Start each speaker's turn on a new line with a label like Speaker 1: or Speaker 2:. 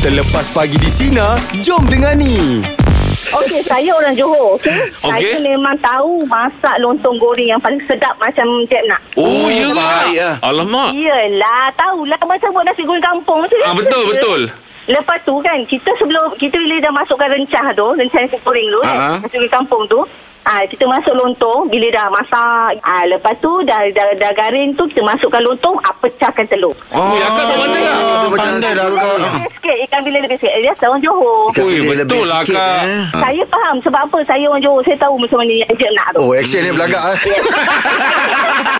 Speaker 1: Terlepas pagi di Sina, jom dengani.
Speaker 2: Okey, saya orang Johor, okey?
Speaker 3: Okey.
Speaker 2: Saya memang tahu masak lontong goreng yang paling sedap macam Jeb nak.
Speaker 3: Oh, ya ke?
Speaker 4: baik lah.
Speaker 3: Alamak.
Speaker 2: Yelah, tahulah macam buat nasi goreng kampung macam
Speaker 3: Ah, betul, betul.
Speaker 2: Lepas tu kan, kita sebelum, kita bila dah masukkan rencah tu, rencah nasi goreng tu kan,
Speaker 4: Ah.
Speaker 2: nasi goreng kampung tu, Ah ha, kita masuk lontong bila dah masak. Ah ha, lepas tu dah dah, dah garing tu kita masukkan lontong, ah pecahkan telur.
Speaker 3: Ui, akak tahu Oh, mana kak?
Speaker 4: Itu macam
Speaker 2: Ikan
Speaker 4: nasi
Speaker 2: bila
Speaker 4: goreng.
Speaker 2: lebih sikit, ikan bila lebih sikit. Dia orang Johor.
Speaker 4: Ikan
Speaker 3: Ui,
Speaker 4: bilis
Speaker 3: betul
Speaker 4: lebih
Speaker 3: lah,
Speaker 4: sikit,
Speaker 3: Kak.
Speaker 4: eh.
Speaker 2: Ha.
Speaker 4: eh.
Speaker 2: Saya
Speaker 4: ah.
Speaker 2: faham sebab apa saya orang Johor. Saya tahu macam mana yang Jeb nak tu.
Speaker 4: Oh, action dia belagak eh.